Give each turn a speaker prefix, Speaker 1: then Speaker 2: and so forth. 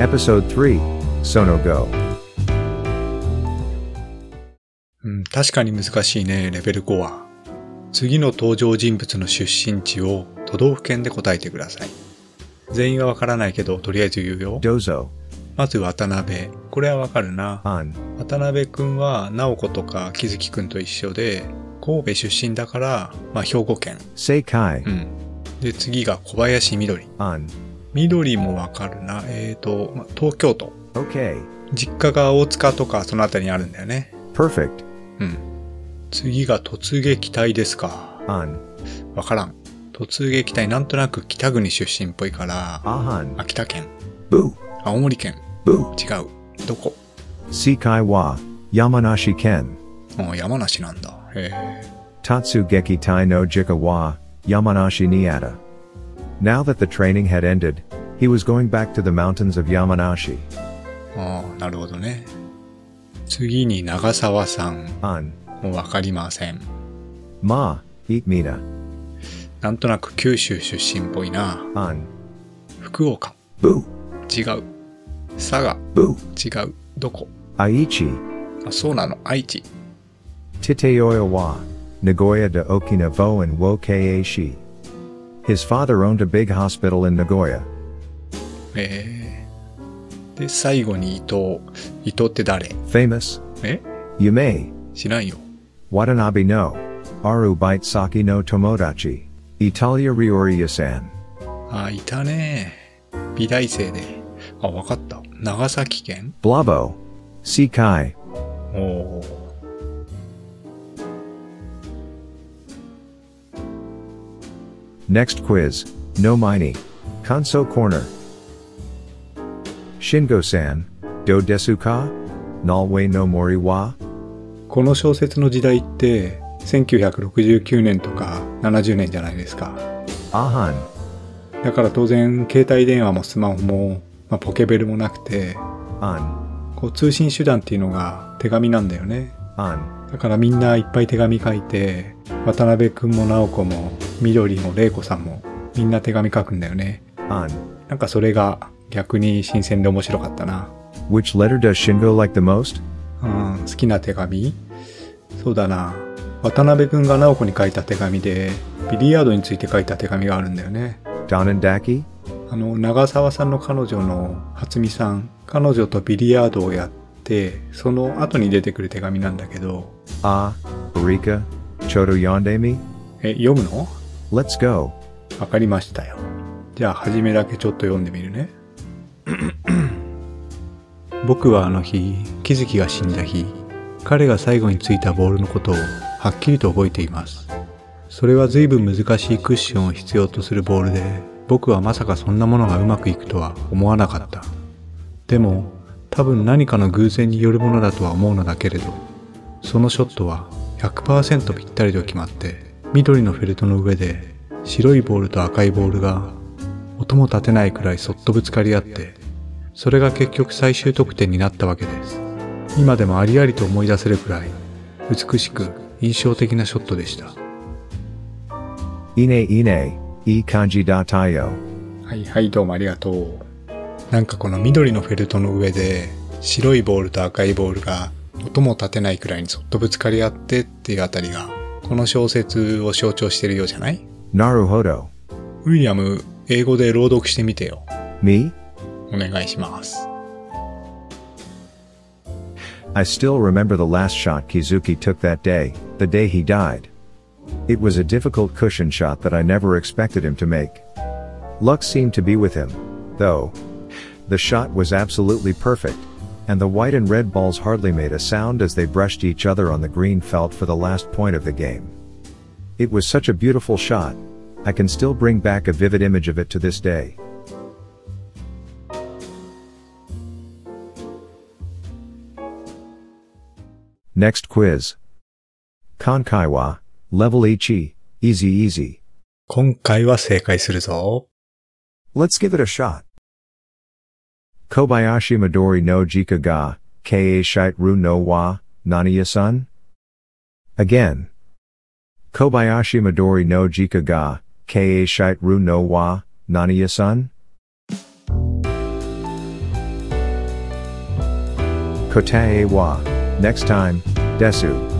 Speaker 1: Episode 3 Sono Go.
Speaker 2: うん、確かに難しいね、レベル5は。次の登場人物の出身地を都道府県で答えてください。全員はわからないけど、とりあえず言うよ。
Speaker 1: Dozo.
Speaker 2: まず渡辺。これはわかるな。
Speaker 1: On.
Speaker 2: 渡辺くんは、直子とか木月くんと一緒で、神戸出身だから、まあ、兵庫県。
Speaker 1: Seikai.
Speaker 2: うん。で、次が小林みどり。
Speaker 1: On.
Speaker 2: みどりもわかるな。えーと、まあ東京都。
Speaker 1: Okay.
Speaker 2: 実家が大塚とか、そのあたりにあるんだよね。
Speaker 1: Perfect.
Speaker 2: うん。次が突撃隊ですか。
Speaker 1: On.
Speaker 2: わからん。突撃隊なんとなく北国出身っぽいから、
Speaker 1: Ahan.
Speaker 2: 秋田県、
Speaker 1: Boo.
Speaker 2: 青森県、
Speaker 1: Boo.
Speaker 2: 違う。どこ
Speaker 1: Seikai wa. Yamanashi ken.
Speaker 2: うん山梨なんだ。へえ。
Speaker 1: Tatsugeki tai no jika wa. Yamanashi niata. Now that the training had ended, he was going back to the mountains of Yamanashi.
Speaker 2: ああ、なるほどね。次に長沢さん。
Speaker 1: On.
Speaker 2: もうわかりません。
Speaker 1: Ma. Eat mina.
Speaker 2: なんとなく九州出身っぽいな。
Speaker 1: On.
Speaker 2: 福岡、
Speaker 1: Boo.
Speaker 2: 違う。佐賀、
Speaker 1: Boo.
Speaker 2: 違う。どこ
Speaker 1: Aichi.
Speaker 2: あ、そうなの。愛知。
Speaker 1: Titeoya wa. Nagoya de Okinawa and wo keishi. His father owned a big hospital in Nagoya.
Speaker 2: へえ。で、最後に伊藤。伊藤って誰
Speaker 1: Famous.
Speaker 2: え
Speaker 1: Yume.
Speaker 2: 知らんよ。
Speaker 1: Watanabe no. Aru bite saki no tomodachi. Italia Riori Yasan.
Speaker 2: あ、いたね。美大生で。あ、わかった。長崎県
Speaker 1: Blabo. Sikai.
Speaker 2: おお。
Speaker 1: Next quiz. No mini. Kanso corner. Shingo-san. Do desu ka? Nalwe no mori wa?
Speaker 2: この小説の時代って、1969年とか70年じゃないですか。
Speaker 1: Ahan.
Speaker 2: だから当然、携帯電話もスマホも、まあ、ポケベルもなくて、
Speaker 1: An.
Speaker 2: こう通信手段っていうのが手紙なんだよね。
Speaker 1: An.
Speaker 2: だからみんないっぱい手紙書いて、渡辺くんも直子も、みどりも玲子さんも、みんな手紙書くんだよね。
Speaker 1: An.
Speaker 2: なんかそれが逆に新鮮で面白かったな。
Speaker 1: Which letter does Shingo like the most?
Speaker 2: うん、好きな手紙そうだな。渡辺くんが直子に書いた手紙で、ビリヤードについて書いた手紙があるんだよね。
Speaker 1: Donandaki?
Speaker 2: あの、長澤さんの彼女の初美さん、彼女とビリヤードをやって、その後に出てくる手紙なんだけど、
Speaker 1: Ah. Arika? Choto yondemi?
Speaker 2: え、読むの
Speaker 1: Let's go.
Speaker 2: わかりましたよ。じゃあ、初めだけちょっと読んでみるね。 僕はあの日、木月が死んだ日、彼が最後についたボールのことをはっきりと覚えています。それは随分難しいクッションを必要とするボールで、僕はまさかそんなものがうまくいくとは思わなかった。でも、多分何かの偶然によるものだとは思うのだけれど、そのショットは100%ぴったりと決まって、緑のフェルトの上で白いボールと赤いボールが音も立てないくらいそっとぶつかり合って、それが結局最終得点になったわけです。今でもありありと思い出せるくらい美しく印象的なショットでした。
Speaker 1: Ine ine. E kanji da tayo.
Speaker 2: はいはいどうもありがとう。なんかこの緑のフェルトの上で白いボールと赤いボールが音も立てないくらいにそっとぶつかり合ってっていうあたりがこの小説を象徴してるようじゃない
Speaker 1: Naruhodo.
Speaker 2: ウィリアム、英語で朗読してみてよ。
Speaker 1: Me?
Speaker 2: お願いします。
Speaker 1: I still remember the last shot Kizuki took that day, the day he died. It was a difficult cushion shot that I never expected him to make. Luck seemed to be with him, though. The shot was absolutely perfect, and the white and red balls hardly made a sound as they brushed each other on the green felt for the last point of the game. It was such a beautiful shot. I can still bring back a vivid image of it to this day. ネクストクイズ。今回は、レベル1、easy E, easy。
Speaker 2: 今回は正解するぞ。
Speaker 1: Let's give it a shot. Kobayashi Midori no Jika ga, ka shite ru no wa, naniya san? Again. Kobayashi Midori no Jika ga, ka shite ru no wa, naniya san? Kotae wa. Next time, desu.